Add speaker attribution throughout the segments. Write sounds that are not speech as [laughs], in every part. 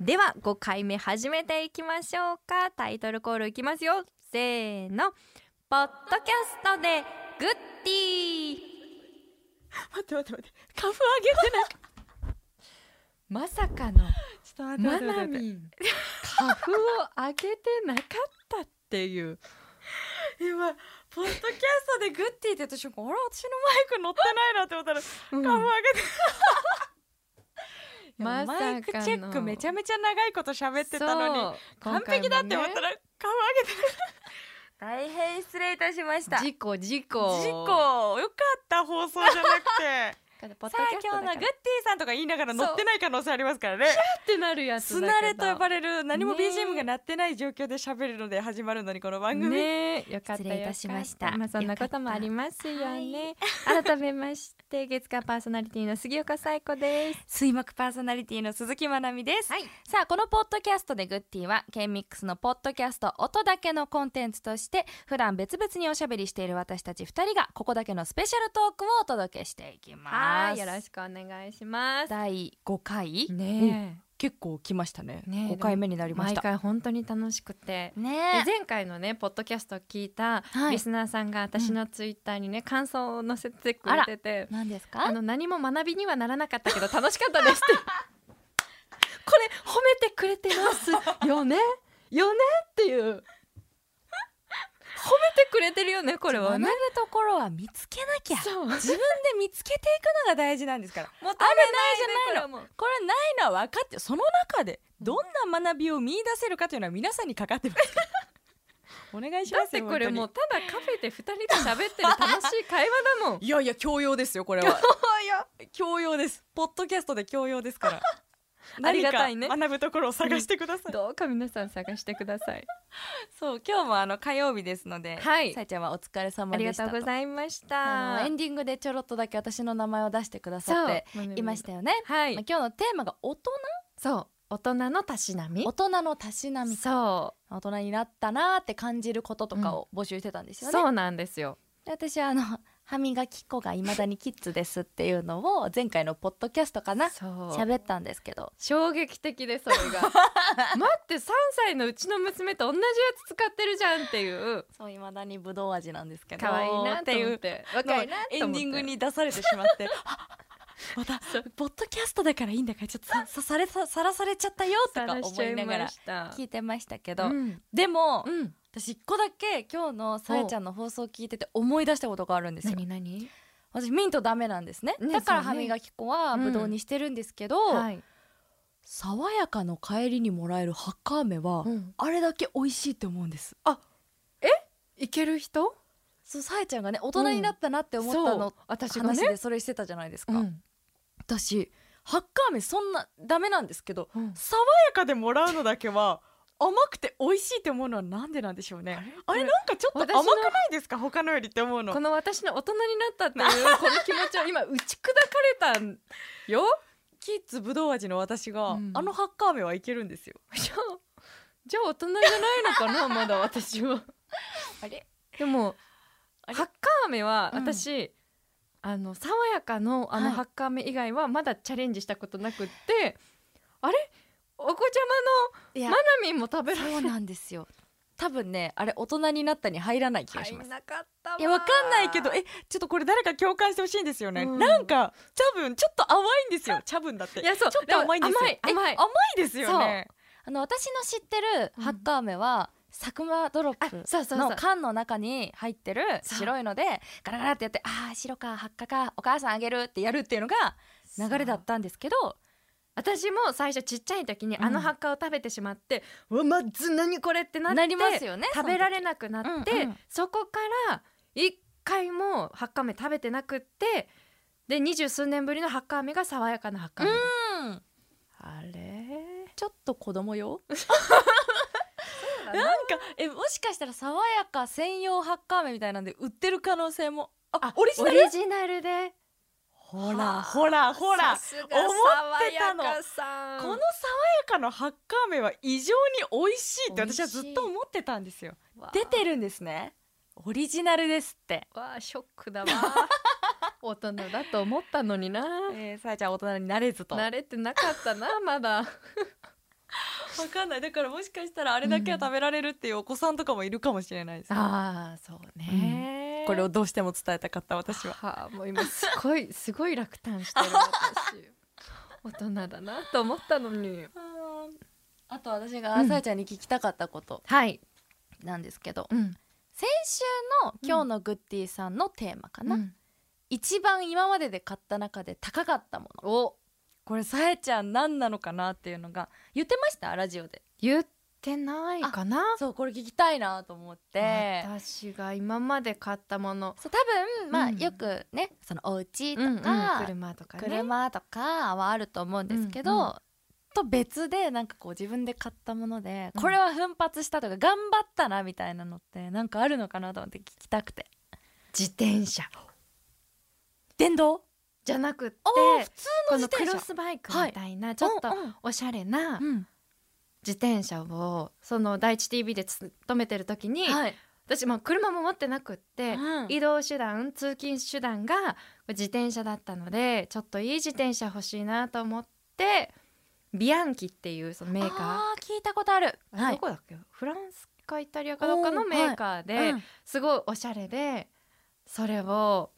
Speaker 1: では5回目始めていきましょうかタイトルコールいきますよせーのポッドキャストでグッディー
Speaker 2: 待って待って待って花粉あげてない
Speaker 1: まさかの
Speaker 2: ちょっと待
Speaker 1: マ
Speaker 2: って待
Speaker 1: ナ
Speaker 2: って待って
Speaker 1: ミン花粉をあげてなかったっていう
Speaker 2: 今ポッドキャストでグッティって言った瞬間あれ私のマイク乗ってないなって思ったら
Speaker 1: うん
Speaker 2: 花粉あげていや
Speaker 1: まさかの
Speaker 2: マイクチェックめちゃめちゃ長いこと喋ってたのに
Speaker 1: そう
Speaker 2: 完璧だって思った
Speaker 1: 今
Speaker 2: ら花粉あげてない大変失礼いたしまし
Speaker 1: 回もね事故事故
Speaker 2: 事故よかった放送じゃなくて
Speaker 1: ポッド
Speaker 2: [laughs] さあ
Speaker 1: キャス
Speaker 2: 今
Speaker 1: トだ
Speaker 2: 日の
Speaker 1: から
Speaker 2: グッティさんとか言いながら乗ってない可能性ありますからね
Speaker 1: ってなるやつ
Speaker 2: すなれと呼ば
Speaker 1: れ
Speaker 2: れる何も
Speaker 1: ねえ
Speaker 2: BGM が鳴ってない状況で喋るので始まるのにこの番組、
Speaker 1: ねよかった
Speaker 3: 失礼いたしました
Speaker 1: よかっまあそんなこともありますよね改めまして月間パーソナリティの杉岡彩子です
Speaker 2: 水木パーソナリティの鈴木まなみです、
Speaker 1: はい
Speaker 3: さあこのポッドキャストでグッティは K-MIX のポッドキャスト音だけのコンテンツとして普段別々におしゃべりしている私たち2人がここだけのスペシャルトークをお届けしていきます。
Speaker 1: はいよろしくお願いします
Speaker 3: 第5回、
Speaker 1: ね
Speaker 2: 結構来ましたね
Speaker 1: ねえ
Speaker 3: 5回目にな
Speaker 1: え
Speaker 3: りまし
Speaker 1: 毎
Speaker 3: た。
Speaker 1: 回本当に楽しくてで
Speaker 3: ね
Speaker 1: 前回のねポッドキャストを聞いた
Speaker 3: はい
Speaker 1: リスナーさんが私のツイッターにね、感想を載せてくれてて
Speaker 3: 何です
Speaker 1: あ
Speaker 3: か
Speaker 1: の何も学びにはならなかったけど楽しかったですってこれ褒めてくれてますよねよねっていう褒めてくれてるよねこれは
Speaker 3: 学ぶ
Speaker 1: ね
Speaker 3: ところは見つけなきゃ
Speaker 1: そう
Speaker 2: 自分で見つけていくのが大事なんですから
Speaker 1: 求めない
Speaker 2: じゃ
Speaker 1: ないの
Speaker 2: これないのは分かってその中でどんな学びを見出せるかというのは皆さんにかかってます
Speaker 3: [laughs]
Speaker 2: お願いし
Speaker 1: だ
Speaker 2: ま
Speaker 1: っ
Speaker 2: すよ
Speaker 1: てこれもう
Speaker 2: 本
Speaker 1: ただカフェで2人で喋ってる楽しい会話だもん
Speaker 2: 当にいやいや教養ですよこれは教養ですポッドキャストで教養ですから
Speaker 3: [laughs]
Speaker 1: ありがたいね
Speaker 2: 何か学ぶところを探してください、
Speaker 1: [laughs] どうか皆さん探してください
Speaker 2: そう今日もあの火曜日ですので
Speaker 1: はい
Speaker 2: さえちゃんはお疲れ様
Speaker 1: あり
Speaker 2: で
Speaker 1: が
Speaker 2: した
Speaker 1: とうございまし
Speaker 3: あの
Speaker 1: た
Speaker 3: エンディングでちょろっとだけ私の名前を出してくださって
Speaker 1: そう
Speaker 3: いましたよね。
Speaker 1: はい
Speaker 3: まあ今日のテーマが大人
Speaker 1: そう大人のたしなみ
Speaker 3: 大人のたしなみ
Speaker 1: そ
Speaker 3: 大人になったなーって感じることとかを募集してたんで
Speaker 1: う
Speaker 3: すよね。
Speaker 1: そうなんですよ
Speaker 3: で私は
Speaker 1: [laughs]
Speaker 3: あの歯磨き粉がいまだにキッズですっていうのを前回のポッドキャストかな
Speaker 1: そう
Speaker 3: 喋ったんですけど
Speaker 1: 衝撃的でそれ [laughs] が待って3歳のうちの娘と同じやつ使ってるじゃんっていう
Speaker 3: そういまだにぶどう味なんですけど
Speaker 1: 可愛いなと思って若いな
Speaker 2: エ
Speaker 1: と
Speaker 2: ン
Speaker 1: 思っ
Speaker 2: デ
Speaker 1: て
Speaker 2: ィングに出されてしまって
Speaker 1: [laughs]
Speaker 2: またポッドキャストだからいいんだからちょっとささ
Speaker 3: [laughs]
Speaker 2: されささらされちゃったよとか
Speaker 1: 晒しち
Speaker 2: 思
Speaker 1: ゃ
Speaker 2: い
Speaker 1: い
Speaker 2: なが
Speaker 1: ま
Speaker 2: ら
Speaker 1: した
Speaker 3: 聞いてましたけ
Speaker 1: う
Speaker 3: ど、
Speaker 1: ん
Speaker 3: でも、
Speaker 1: うん
Speaker 3: 私一個だけ今日のさやちゃんの放送を聞いてて思い出したことがあるんですよ
Speaker 1: 何何
Speaker 3: 私ミントダメなんですね
Speaker 1: ね
Speaker 3: だから
Speaker 1: そう
Speaker 3: 歯
Speaker 1: ね
Speaker 3: 磨き粉はぶどうにしてるんですけど、
Speaker 1: い
Speaker 3: 爽やかの帰りにもらえるハッカー飴は、
Speaker 1: うん
Speaker 3: あれだけ美味しいって思うんです
Speaker 1: いける人
Speaker 3: そうさえちゃんがね大人になったなって思ったの、
Speaker 1: そう私が
Speaker 3: 話
Speaker 1: ね
Speaker 3: でそれしてたじゃないですか、
Speaker 1: うん
Speaker 3: 私ハッカー飴そんなダメなんですけど
Speaker 1: うん
Speaker 2: 爽やかでもらうのだけは甘くて美味しいって思うのはなんでなんでしょうねあれなんかちょっと甘くないですか他のよりって思うの
Speaker 1: この私の大人になったっていうこの気持ちを今打ち砕かれたんよ
Speaker 2: キッズぶどう味の私が、
Speaker 1: うん
Speaker 2: あのハッカー飴はいけるんですよ
Speaker 1: じゃあじゃあ大人じゃないのかなまだ私
Speaker 2: [laughs]
Speaker 1: は
Speaker 3: あれ
Speaker 1: でもハ
Speaker 2: あ
Speaker 1: ッ
Speaker 2: れ
Speaker 1: カー飴は
Speaker 3: うん
Speaker 1: 私、あの爽やかのあ
Speaker 3: は
Speaker 1: の
Speaker 3: い
Speaker 1: ハッカー飴以外はまだチャレンジしたことなくって、あれお子ち
Speaker 3: い
Speaker 1: ゃまの
Speaker 3: や
Speaker 1: マナミンも食べられ
Speaker 3: そうなんで
Speaker 2: [laughs]
Speaker 3: すよ多分ねあれ大人になったに入らない気がします、
Speaker 1: なかったわ
Speaker 2: いやわかんないけどえちょっとこれ誰か共感してほしいんですよね、
Speaker 1: うん
Speaker 2: なんか多分ちょっと甘いんですよ茶分だって
Speaker 1: いやそうちょっ
Speaker 2: と甘いんですよ
Speaker 1: 甘い甘い
Speaker 2: 甘いですよね
Speaker 3: あの私の知ってるハッカー飴は、サクマドロッ
Speaker 1: あ
Speaker 3: プ
Speaker 1: そうそうそう
Speaker 3: の缶の中に入ってる
Speaker 1: そう
Speaker 3: 白いのでガラガラってやってああ白かハッカかお母さんあげるってやるっていうのが流れだったんですけど
Speaker 1: 私も最初ちっちゃい時に
Speaker 3: うん
Speaker 1: あのハッカーを食べてしまって、うわまず何これってなって
Speaker 3: なりますよね
Speaker 1: 食べら
Speaker 3: れ
Speaker 1: れなくなって、
Speaker 3: うんうん
Speaker 1: そこから一回もハッカー飴食べてなくってで二十数年ぶりのハッカー飴が爽やかなハッカー飴、
Speaker 3: うん
Speaker 1: あれ
Speaker 3: ちょっと子供用なんかえもしかしたら爽やか専用ハッカー飴みたいなんで売ってる可能性もあオリジナル
Speaker 1: オリジナルで
Speaker 2: ほらほらほら
Speaker 1: さすが
Speaker 2: 思ってたの
Speaker 1: 爽やかさん
Speaker 2: この爽やかのハッカー飴は異常に美味しいって私はずっと思ってたんですよ
Speaker 3: 出てるんですねオリジナルですって、
Speaker 1: わあショックだ [laughs] わ大人だと思
Speaker 4: [laughs]
Speaker 1: ったのにな
Speaker 2: えー、さやちゃん大人になれずと
Speaker 1: 慣れてなかったなまだ
Speaker 2: わかんないだからもしかしたらあれだけは食べられるっていうお子さんとかもいるかもしれないです、
Speaker 4: ああそうね、
Speaker 2: これをどうしても伝えたかった私は
Speaker 4: はあもう今すごいすごい落胆してる私大人だなと思ったのに
Speaker 3: あと私がさやちゃんに聞きたかったこと
Speaker 4: はい、
Speaker 3: なんですけど、
Speaker 4: うん
Speaker 3: 先週の今日のグッディさんのテーマかな、
Speaker 4: うん
Speaker 3: 一番今までで買った中で高かったものをこれさえちゃん何なのかなっていうのが言ってましたラジオで
Speaker 4: 言ってないかな
Speaker 3: そうこれ聞きたいなと思って
Speaker 4: 私が今まで買ったもの
Speaker 3: そう多分まあ、
Speaker 4: うん
Speaker 3: よくねそのお家と
Speaker 4: うんうん
Speaker 3: か、
Speaker 4: 車とかね
Speaker 3: 車とかはあると思うんですけど、
Speaker 4: うんうん
Speaker 3: と別でなんかこう自分で買ったもので、
Speaker 4: うん
Speaker 3: これは奮発したとか頑張ったなみたいなのってなんかあるのかなと思って聞きたくて
Speaker 4: 自転車
Speaker 3: 電動
Speaker 4: じゃなくって
Speaker 3: おー普通
Speaker 4: こ
Speaker 3: の
Speaker 4: の
Speaker 3: 自
Speaker 4: ク
Speaker 3: 転車
Speaker 4: ロスバイクみたいな、ちょっと
Speaker 3: うん
Speaker 4: おしゃれな
Speaker 3: うん
Speaker 4: 自転車をその第一 TV で勤めてる時に、
Speaker 3: はい
Speaker 4: 私まあ車も持ってなくって、
Speaker 3: うん
Speaker 4: 移動手段通勤手段が自転車だったのでちょっといい自転車欲しいなと思ってビアンキっていうそのメーカ
Speaker 3: あー聞いたことある
Speaker 4: ーどこだっけフランスかイタリアかどっかの
Speaker 3: おー
Speaker 4: メーカーで、
Speaker 3: うん
Speaker 4: すごいおしゃれでそれを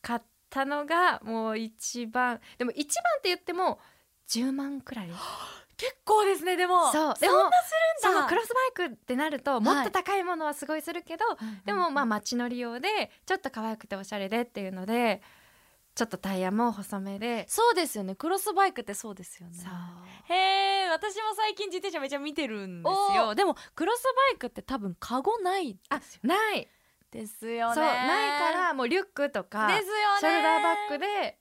Speaker 4: 買ったのがもう一番でも一番って言っても10万くらい
Speaker 2: 結構ですねでも
Speaker 4: そうでも
Speaker 3: するんだ
Speaker 4: そのクロスバイクってなるともっと高いものはすごいするけど、でもまあ街乗り用でちょっと可愛くておしゃれでっていうのでちょっとタイヤも細めで、
Speaker 3: そうですよねクロスバイクってそうですよね
Speaker 4: そう
Speaker 3: へえ私も最近自転車めちゃ見てるんですよでもクロスバイクって多分カゴない
Speaker 4: あない
Speaker 3: ですよ
Speaker 4: そうないからもうリュックとか
Speaker 3: ですよね
Speaker 4: ショルダーバッグで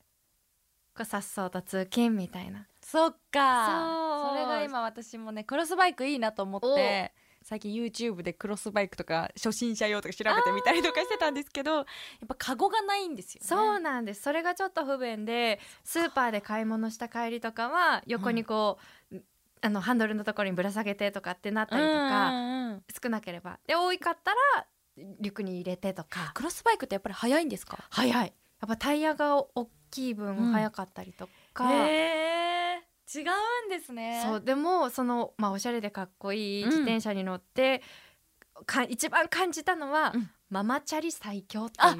Speaker 4: こうさっそうと通勤みたいな
Speaker 3: そっか
Speaker 4: そ
Speaker 3: そ
Speaker 4: う
Speaker 3: れが今私もねクロスバイクいいなと思って最近 YouTube でクロスバイクとか
Speaker 2: 初心者用とか調べてみたりとかしてたんですけど
Speaker 3: やっぱカゴがないんですよね
Speaker 4: そうなんですそれがちょっと不便でスーパーで買い物した帰りとかは横にこう、あのハンドルのところにぶら下げてとかってなったりとか、
Speaker 3: うんうんうん
Speaker 4: 少なければで多かったらリュックに入れてとか
Speaker 3: クロスバイクってやっぱり速いんですか
Speaker 4: 早いやっぱタイヤが大きい分
Speaker 3: うん
Speaker 4: 早かったりとか、
Speaker 3: へえ違うんですね
Speaker 4: そうでもその、まあ、おしゃれでかっこいい自転車に乗って、か一番感じたのは、
Speaker 3: うん
Speaker 4: ママチャリ最強っていう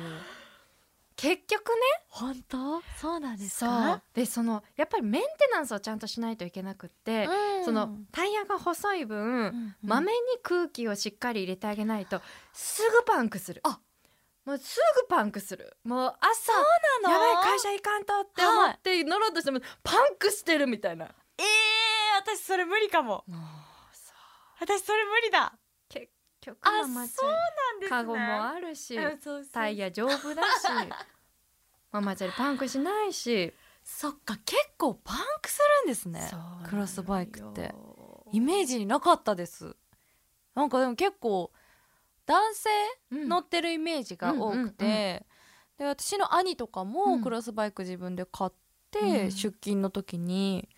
Speaker 4: 結局
Speaker 3: 本当そうなんで
Speaker 4: ね
Speaker 3: す
Speaker 4: そう
Speaker 3: か
Speaker 4: でそのやっぱりメンテナンスをちゃんとしないといけなくって、
Speaker 3: うん
Speaker 4: そのタイヤが細い分、
Speaker 3: うん
Speaker 4: まめに空気をしっかり入れてあげないとすぐパンクする
Speaker 3: あ
Speaker 4: もうすぐパンクするもう朝
Speaker 3: なの
Speaker 4: やばい会社行かんとって思って乗ろうとしてもパンクしてるみたいな
Speaker 2: えー、私それ無理かも
Speaker 4: もう
Speaker 2: 私それ無理だ
Speaker 4: 曲
Speaker 2: あ
Speaker 4: も間違い
Speaker 2: そうなんですね
Speaker 4: カゴもあるし
Speaker 2: うんそうそう
Speaker 4: タイヤ丈夫だしママチャリパンクしないし、
Speaker 3: そっか結構パンクするんですね
Speaker 4: そうなのよ
Speaker 3: クロスバイクってイメージになかったですなんかでも結構男性
Speaker 4: うん
Speaker 3: 乗ってるイメージが多くて、
Speaker 4: うんうんうん
Speaker 3: で私の兄とか
Speaker 4: う
Speaker 3: も
Speaker 4: ん
Speaker 3: クロスバイク自分で買って、
Speaker 4: うん
Speaker 3: 出勤の時に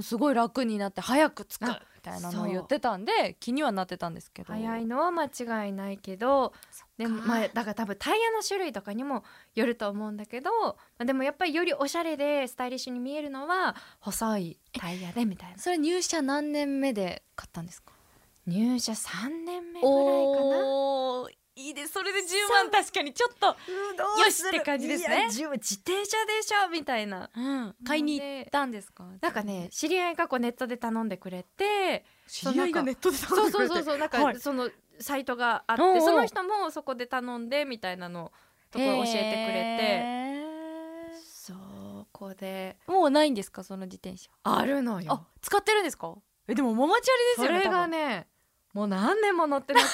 Speaker 3: すごい楽になって早く着くみ
Speaker 4: あ
Speaker 3: たいなのを言ってたんで気にはなってたんですけど
Speaker 4: 早いのは間違いないけどでもまあだから多分タイヤの種類とかにもよると思うんだけど、まあ、でもやっぱりよりおしゃれでスタイリッシュに見えるのは細いタイヤでみたいな
Speaker 3: それ入社何年目で買ったんですか
Speaker 4: 入社3年目ぐらいかな
Speaker 2: おーいいですそれで10万確かにちょっと
Speaker 4: よしって感じです
Speaker 2: い
Speaker 4: ね
Speaker 2: や
Speaker 4: 自転車でしょみたいな
Speaker 3: うん、買いに行ったんですか
Speaker 4: なんかね知り合いがこうネットで頼んでくれて
Speaker 2: 知り合いがネットで
Speaker 4: そ
Speaker 2: 頼
Speaker 4: う
Speaker 2: でく
Speaker 4: んそう
Speaker 2: れて
Speaker 4: そうそうな
Speaker 2: は
Speaker 4: んか
Speaker 2: い
Speaker 4: そのサイトがあって、
Speaker 3: おうおう
Speaker 4: その人もそこで頼んでみたいなのところ教えてくれて
Speaker 3: れ
Speaker 4: そこで
Speaker 3: てもうないんですかその自転車
Speaker 4: あるのよ
Speaker 3: あ使ってるんですか
Speaker 2: えでもママチャ
Speaker 4: そ
Speaker 2: リですよね
Speaker 4: れがねもう何年も乗ってなくて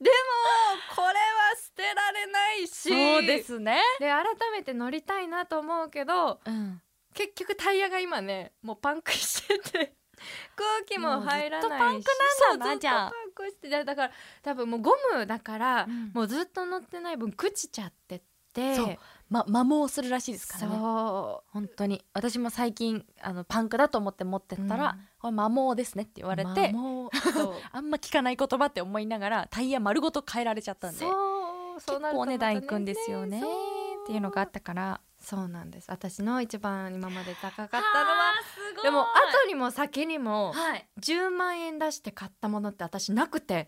Speaker 4: でもこれは捨てられないし
Speaker 3: そうですね、
Speaker 4: [laughs] で改めて乗りたいなと思うけど
Speaker 3: うん、
Speaker 4: 結局タイヤが今ねもうパンクしてて空気も入らないし
Speaker 3: もうずっとパンクなんだな
Speaker 4: そうずっと
Speaker 3: じゃあ
Speaker 4: パンクしてだだから多分もうゴムだから、
Speaker 3: うん
Speaker 4: もうずっと乗ってない分朽ちちゃってって
Speaker 3: そうま摩耗するらしいですからね
Speaker 4: そ
Speaker 3: 本当に私も最近あのパンクだと思って持ってったら、
Speaker 4: うん
Speaker 3: これ摩耗ですねって言
Speaker 4: う
Speaker 3: われて
Speaker 4: 摩耗そう
Speaker 3: あんま聞かない言葉って思いながらタイヤ丸ごと変えられちゃったんで
Speaker 4: そうそ
Speaker 3: 結
Speaker 4: うなると
Speaker 3: 構お値段い
Speaker 4: また
Speaker 3: くんですよね
Speaker 4: そう
Speaker 3: っていうのがあったから
Speaker 4: そうなんです私の一番今まで高かったのは
Speaker 2: す
Speaker 1: ごい
Speaker 4: でも後にも先にも
Speaker 1: はい
Speaker 4: 10万円出して買ったものって私なくて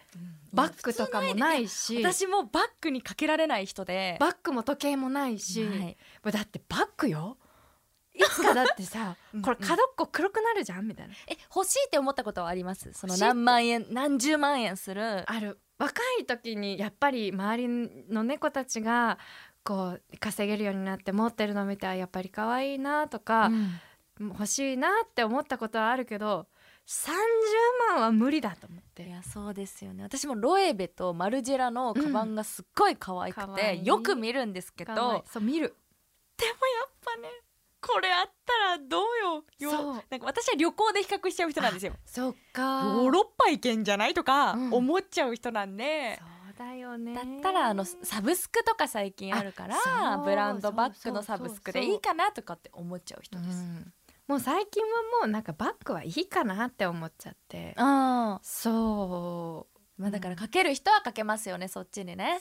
Speaker 4: バッグとかもないし
Speaker 3: 私もバッグにかけられない人で
Speaker 4: バッグも時計もないし、
Speaker 3: はい
Speaker 4: だってバッグよいつかだってさ
Speaker 2: うん
Speaker 4: これ角っこ黒くなるじゃんみたいな
Speaker 3: え欲しいって思ったことはありますその
Speaker 4: 欲しいって
Speaker 3: 何万円何十万円する
Speaker 4: ある若い時にやっぱり周りの猫たちがこう稼げるようになって持ってるの見てあやっぱり可愛いなとか、
Speaker 3: うん
Speaker 4: 欲しいなって思ったことはあるけど30万は無理だと思っ
Speaker 3: い
Speaker 4: て
Speaker 3: やそうですよね私もロエベとマルジェラのカバンがすっごい可愛く
Speaker 4: うん可
Speaker 3: て、
Speaker 4: 愛い
Speaker 3: よく見るんですけど
Speaker 4: 可愛いそう見る
Speaker 2: でもやっぱねこれあったらどうよよ
Speaker 4: そう
Speaker 2: なんか私は旅行で比較しちゃう人なんですよ
Speaker 4: そっか
Speaker 2: ヨーロッパ行けんじゃないとか
Speaker 4: うん
Speaker 2: 思っちゃう人なんで、
Speaker 4: そうだよね
Speaker 3: だったらあのサブスクとか最近あるから
Speaker 4: あそう
Speaker 3: ブランドバッグの
Speaker 4: そうそ
Speaker 3: サ
Speaker 4: うそう
Speaker 3: ブスクでいいかなとかって思っちゃう人です。
Speaker 4: うんもう最近はもうなんかバッグはいいかなって思っちゃって
Speaker 3: あ
Speaker 4: そ
Speaker 3: まあだからかける人はかけますよねそっちにね。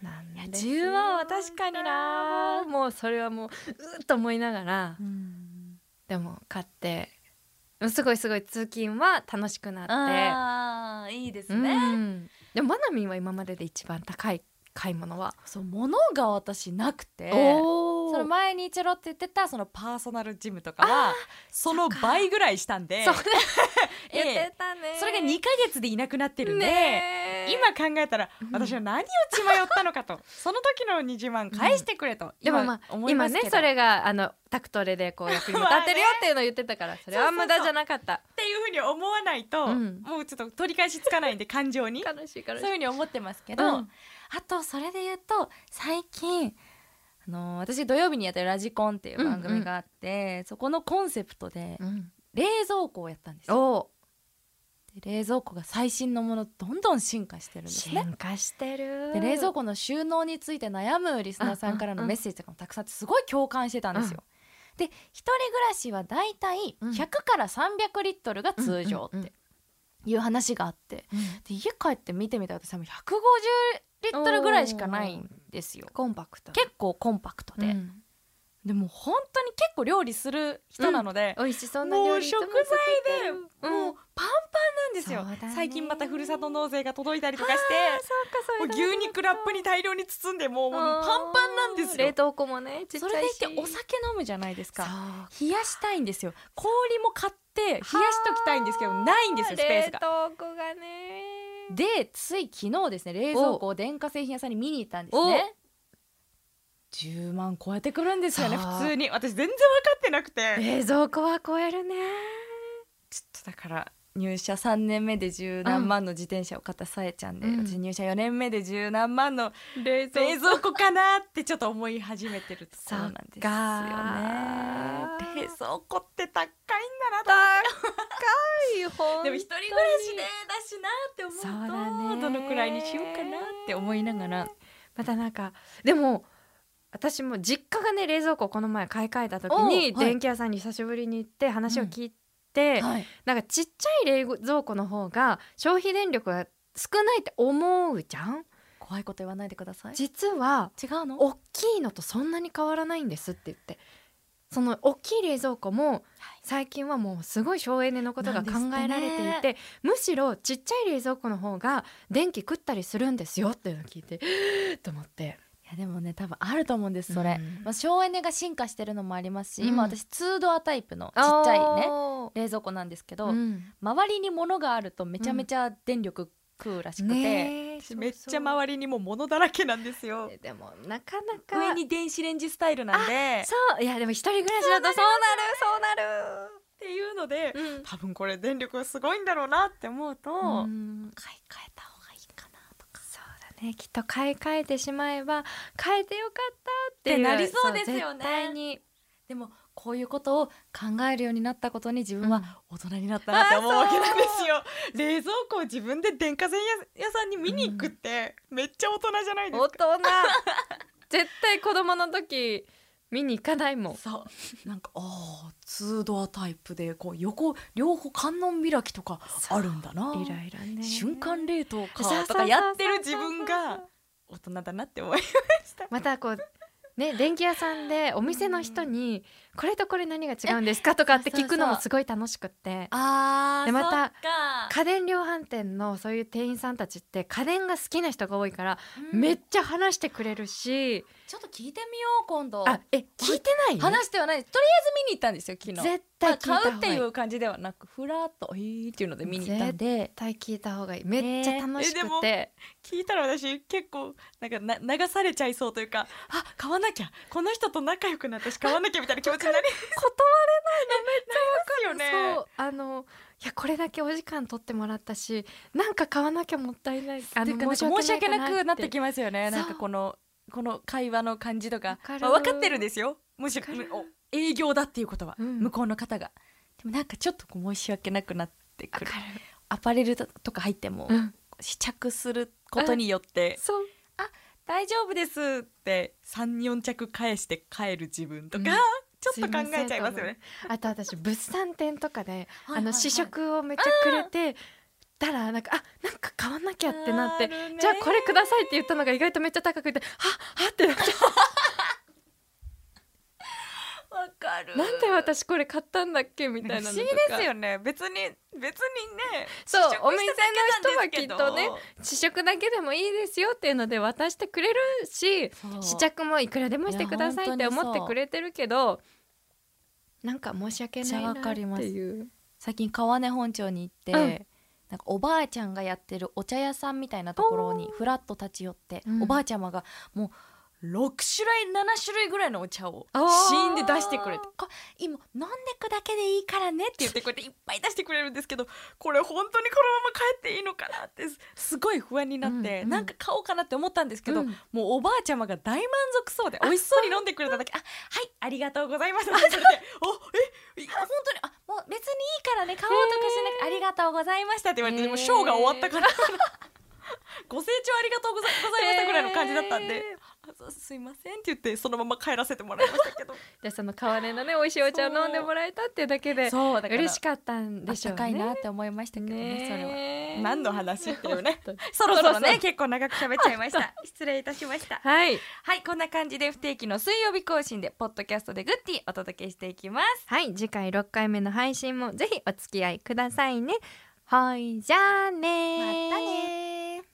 Speaker 4: うなん
Speaker 3: いや
Speaker 4: です
Speaker 3: 10万は
Speaker 4: 確かになもうそれはもううーっと思いながらでも買ってすごいすごい通勤は楽しくなっ
Speaker 3: あーいいです
Speaker 4: て
Speaker 3: ね。
Speaker 4: うんでもマナミンは今までで一番高い買い物は、
Speaker 3: そう物が私なくて
Speaker 4: お
Speaker 3: その前にチェロって言ってたそのパーソナルジムとかはその
Speaker 4: そっか
Speaker 2: 倍ぐらいしたんで
Speaker 4: そう
Speaker 2: [laughs] ええ
Speaker 4: たね
Speaker 2: それが2ヶ月でいなくなってるんで、
Speaker 4: ねえ
Speaker 2: 今考えたら
Speaker 4: ん
Speaker 2: 私は何を血迷ったのかと [laughs] その時の20万返してくれと、
Speaker 4: でもまあ
Speaker 2: 思い
Speaker 4: 今
Speaker 2: ます
Speaker 4: ね
Speaker 2: けど
Speaker 4: それがあのタクトレでこう役にも立ってるよっていうのを言ってたからそれは無駄じゃなかった
Speaker 2: っていうふうに思わないと、
Speaker 4: うん
Speaker 2: もうちょっと取り返しつかないんで感情に
Speaker 4: 悲しい悲
Speaker 3: そういうふうに思ってますけど、
Speaker 4: うん
Speaker 3: あとそれで言うと最近あのー私土曜日にやってる「ラジコン」っていう番組があって、そこのコンセプトで
Speaker 4: うん
Speaker 3: 冷蔵庫をやったんですよ。
Speaker 4: おう
Speaker 3: で冷蔵庫が最新のものどんどん進化してるんですね。
Speaker 4: 進化してる
Speaker 3: で冷蔵庫の収納について悩むリスナーさんからのメッセージとかもたくさんあってすごい共感してたんですよ。で一人暮らしはだいたい
Speaker 4: うん
Speaker 3: 100から300リットルが通常
Speaker 4: うんう
Speaker 3: っ
Speaker 4: ん
Speaker 3: ていう話があってで家帰って見てみたら私多分150リットルぐらいしかないんですよ。
Speaker 4: コンパクト
Speaker 3: 結構コンパクトで、
Speaker 4: うん
Speaker 3: でも本当に結構料理する人なので、
Speaker 4: 美味しそうな
Speaker 2: も
Speaker 4: 料
Speaker 2: う
Speaker 4: 理いつ
Speaker 2: 食
Speaker 4: も
Speaker 2: 材
Speaker 4: 作って
Speaker 2: で
Speaker 4: る
Speaker 2: も
Speaker 4: う
Speaker 2: うんパンパンなんですよ、
Speaker 4: そうだね
Speaker 2: 最近またふるさと納税が届いたりとかして
Speaker 4: そう
Speaker 2: もう
Speaker 4: か
Speaker 2: 牛肉ラップに大量に包んでもうもうパンパンなんですよ
Speaker 4: 冷凍庫もねちっち
Speaker 3: そ
Speaker 4: ゃ
Speaker 3: れでい
Speaker 4: いして
Speaker 3: お酒飲むじゃないですか
Speaker 4: か
Speaker 3: 冷やしたいんですよ氷も買って冷やしときたいんですけどないんですよスペースが
Speaker 4: 冷凍庫がね
Speaker 3: でつい昨日ですね冷蔵庫を電化製品屋さんに見に行ったんですね10万超えてくるんですよね
Speaker 4: さ
Speaker 3: 普
Speaker 4: あ
Speaker 2: 普通に私全然分かってなくてちょっ
Speaker 4: 冷蔵庫は超えるね
Speaker 2: とだから
Speaker 3: 入社3年目で十何万の自転車を買ったさえちゃんで、
Speaker 4: うん
Speaker 3: 私入社4年目で十何万の
Speaker 4: 冷蔵
Speaker 2: 冷蔵庫かなってちょっと思い始めてるとこ
Speaker 3: そう
Speaker 2: ろな
Speaker 3: な
Speaker 2: んん
Speaker 3: で
Speaker 2: ですす
Speaker 3: よね
Speaker 4: ー
Speaker 2: 冷蔵庫って高いんだなと
Speaker 4: 庫
Speaker 2: でも一人暮らしでだしなって思
Speaker 4: そう
Speaker 2: う
Speaker 4: だ
Speaker 2: と
Speaker 4: ね
Speaker 2: どのくらいにしようかなって思いながら
Speaker 4: またなんかでも私も実家がね冷蔵庫をこの前買い替えた時に
Speaker 3: おうはい
Speaker 4: 電気屋さんに久しぶりに行って話を聞いて、
Speaker 3: はい、
Speaker 4: なんかちっちゃい冷蔵庫の方が消費電力が少ないって思うじゃん
Speaker 3: 怖いこと言わないでください
Speaker 4: 実は
Speaker 3: 違うの
Speaker 4: 大きいのとそんなに変わらないんですって言ってその大きい冷蔵庫も最近はもうすごい省エネのことが考えられてい
Speaker 3: なん
Speaker 4: てむしろちっちゃい冷蔵庫の方が電気食ったりするんですよっていうのを聞いてと思って
Speaker 3: いやでもね多分あると思うんですそれ、
Speaker 4: うん
Speaker 3: まあ、省エネが進化してるのもありますし、
Speaker 4: うん
Speaker 3: 今私2ドアタイプのちっちゃいね
Speaker 4: ね
Speaker 3: 冷蔵庫なんですけど、
Speaker 4: うん
Speaker 3: 周りに物があるとめちゃめちゃ電力食うらしくて、
Speaker 4: ねえ
Speaker 2: 私めっちゃ周りにもう物だらけなんですよ
Speaker 4: そうそうでもなかなか
Speaker 2: 上に電子レンジスタイルなんで
Speaker 4: そういやでも一人暮らしだとそうなる
Speaker 2: っていうので
Speaker 4: そうなる
Speaker 2: 多分これ電力がすごいんだろうなって思うと、
Speaker 4: うんうん
Speaker 3: 買い替えた方がいいかなとか
Speaker 4: そうだねきっと買い替えてしまえば変えてよかったっていう
Speaker 3: ってなりそうですよね
Speaker 4: そう絶対に
Speaker 3: でもこういうことを考えるようになったことに自分は、
Speaker 4: うん
Speaker 2: 大人になったなって思うわけなんですよ冷蔵庫を自分で電化製品屋さんに見に行くって、めっちゃ大人じゃないです
Speaker 4: 大
Speaker 2: か
Speaker 4: 人絶対子供の時見に行かないもん
Speaker 3: そうなんかああ2ドアタイプでこう横両方観音開きとかあるんだな
Speaker 4: イライラね
Speaker 3: 瞬間冷凍
Speaker 4: そうそ
Speaker 3: か
Speaker 4: う
Speaker 3: と
Speaker 4: そう
Speaker 3: か
Speaker 2: か
Speaker 3: や
Speaker 2: や
Speaker 3: っ
Speaker 2: ってる自分が大人だなって思い
Speaker 4: またこうね電気屋さんでお店の人にこれとこれ何が違うんですかとかって聞くのも
Speaker 5: そうそう
Speaker 4: すごい楽しくって
Speaker 5: あー
Speaker 4: でま
Speaker 5: そ
Speaker 4: た
Speaker 5: っか
Speaker 4: 家電量販店のそういう店員さんたちって家電が好きな人が多いから
Speaker 5: うん
Speaker 4: めっちゃ話してくれるし、
Speaker 5: ちょっと聞いてみよう今度
Speaker 4: あえ聞いてない
Speaker 5: 話してはないとりあえず見に行ったんですよ昨日
Speaker 4: 絶
Speaker 5: ま
Speaker 4: 対聞
Speaker 5: あ
Speaker 4: いた方が
Speaker 5: 買
Speaker 4: い
Speaker 5: って
Speaker 4: うい
Speaker 5: いう感じではなくふらっと「へーっていうので見に行ったんで
Speaker 4: 絶対聞いた方がいいめっちゃ楽し
Speaker 3: えーえで
Speaker 4: く
Speaker 3: も
Speaker 4: て、
Speaker 3: 聞いたら私結構なんかな流されちゃいそうというかあ買わなきゃこの人と仲良くなったし買わなきゃみたいな気持ちになり断れない [laughs] のめっちゃわかるよね
Speaker 4: そうあのいやこれだけお時間取ってもらったしなんか買わなきゃもったいないあ
Speaker 3: て
Speaker 4: の
Speaker 3: かなんか申し訳なくなって
Speaker 4: ま
Speaker 3: きますよね
Speaker 4: そう
Speaker 3: なんかこのこの会話の感じとか
Speaker 4: わかる
Speaker 3: まあ、分かってるんですよもし
Speaker 4: わかる
Speaker 3: お営業だっていうことは、
Speaker 4: うん
Speaker 3: 向こうの方がでもなんかちょっとこう申し訳なくなってくる
Speaker 4: わか
Speaker 3: アパレルとか入っても、
Speaker 4: る、うん、
Speaker 3: 試着することによって
Speaker 4: そう
Speaker 3: 「大丈夫です」って34着返して帰る自分とか、
Speaker 4: うん
Speaker 3: ちょっと考えちゃいますよね。
Speaker 4: あと私物産展とかで
Speaker 3: はいはい
Speaker 4: あの試食をめっちゃくれてたらなんかあなんか買わなきゃってなって
Speaker 3: あるね
Speaker 4: [laughs] じゃあこれくださいって言ったのが意外とめっちゃ高くてははってなっちゃ
Speaker 3: わかる
Speaker 4: う [laughs] なんで私これ買ったんだっけみたい
Speaker 3: 不
Speaker 4: なの
Speaker 3: 思
Speaker 4: と
Speaker 3: 議
Speaker 4: か
Speaker 3: ですよね別に別にね
Speaker 4: そう
Speaker 3: 試食しただけなんですけど
Speaker 4: お店の人はきっとね試食だけでもいいですよっていうので渡してくれるし試着もいくらでもしてくださいって思ってくれてるけどなんか申し訳ないなっていう
Speaker 5: 最近川根本町に行って、
Speaker 4: うん
Speaker 5: なんかおばあちゃんがやってるお茶屋さんみたいなところにふらっと立ち寄って、
Speaker 4: うん
Speaker 5: おばあちゃまがもう6種類7種類ぐらいのお茶を
Speaker 4: あー
Speaker 5: 試飲で出してくれてこ今飲んでくだけでいいからねって言ってこうやっていっぱい出
Speaker 3: 出してくれるんですけどこれ本当にこのまま帰っていいのかなってすすごい不安になって、
Speaker 4: うん
Speaker 3: なんか買おうかなって思ったんですけど、
Speaker 4: うん
Speaker 3: もうおばあちゃまが大満足そうで美味しそうに飲んでくれただけ「あはいありがとうございます」って言われて「おえい
Speaker 5: あ本当にあもう別にいいからね買おうとかしなくてありがとうございましたって
Speaker 3: 言
Speaker 5: 言わ
Speaker 3: われ
Speaker 5: れて、
Speaker 3: てで
Speaker 5: で
Speaker 3: も
Speaker 5: も
Speaker 3: シ
Speaker 5: シ
Speaker 3: ョ
Speaker 5: ョ
Speaker 3: ー
Speaker 5: ー
Speaker 3: が
Speaker 5: が
Speaker 3: 終
Speaker 5: 終
Speaker 3: わ
Speaker 5: わ
Speaker 3: っ
Speaker 5: ったた
Speaker 3: か
Speaker 5: から
Speaker 3: [laughs]
Speaker 5: ら
Speaker 3: ご清聴ありがとうござございました」ぐらいの感じだったんで
Speaker 4: へ
Speaker 3: 「あそすいません」って言ってそのまま帰らせてもらいましたけど
Speaker 4: でその川根のね美味しいお茶を飲んでもらえたっていうだけで
Speaker 3: そうだから
Speaker 4: 嬉しかったんでしょうね。
Speaker 5: 高いなって思いましたけどねそれは。
Speaker 4: ねえ
Speaker 3: 何の話って [laughs] いうね
Speaker 4: 本当に
Speaker 3: そろそろ
Speaker 4: そろそ
Speaker 3: ね
Speaker 4: ろ
Speaker 3: 結構長く喋っちゃい [laughs] ました失礼いたしました
Speaker 4: はい
Speaker 5: はい、こんな感じで不定期の水曜日更新で、ポッドキャストでグッティお届けしていきます。
Speaker 1: はい次回6回目の配信もぜひお付き合いくださいねほいじゃあね
Speaker 5: ま
Speaker 1: ー
Speaker 5: たねー。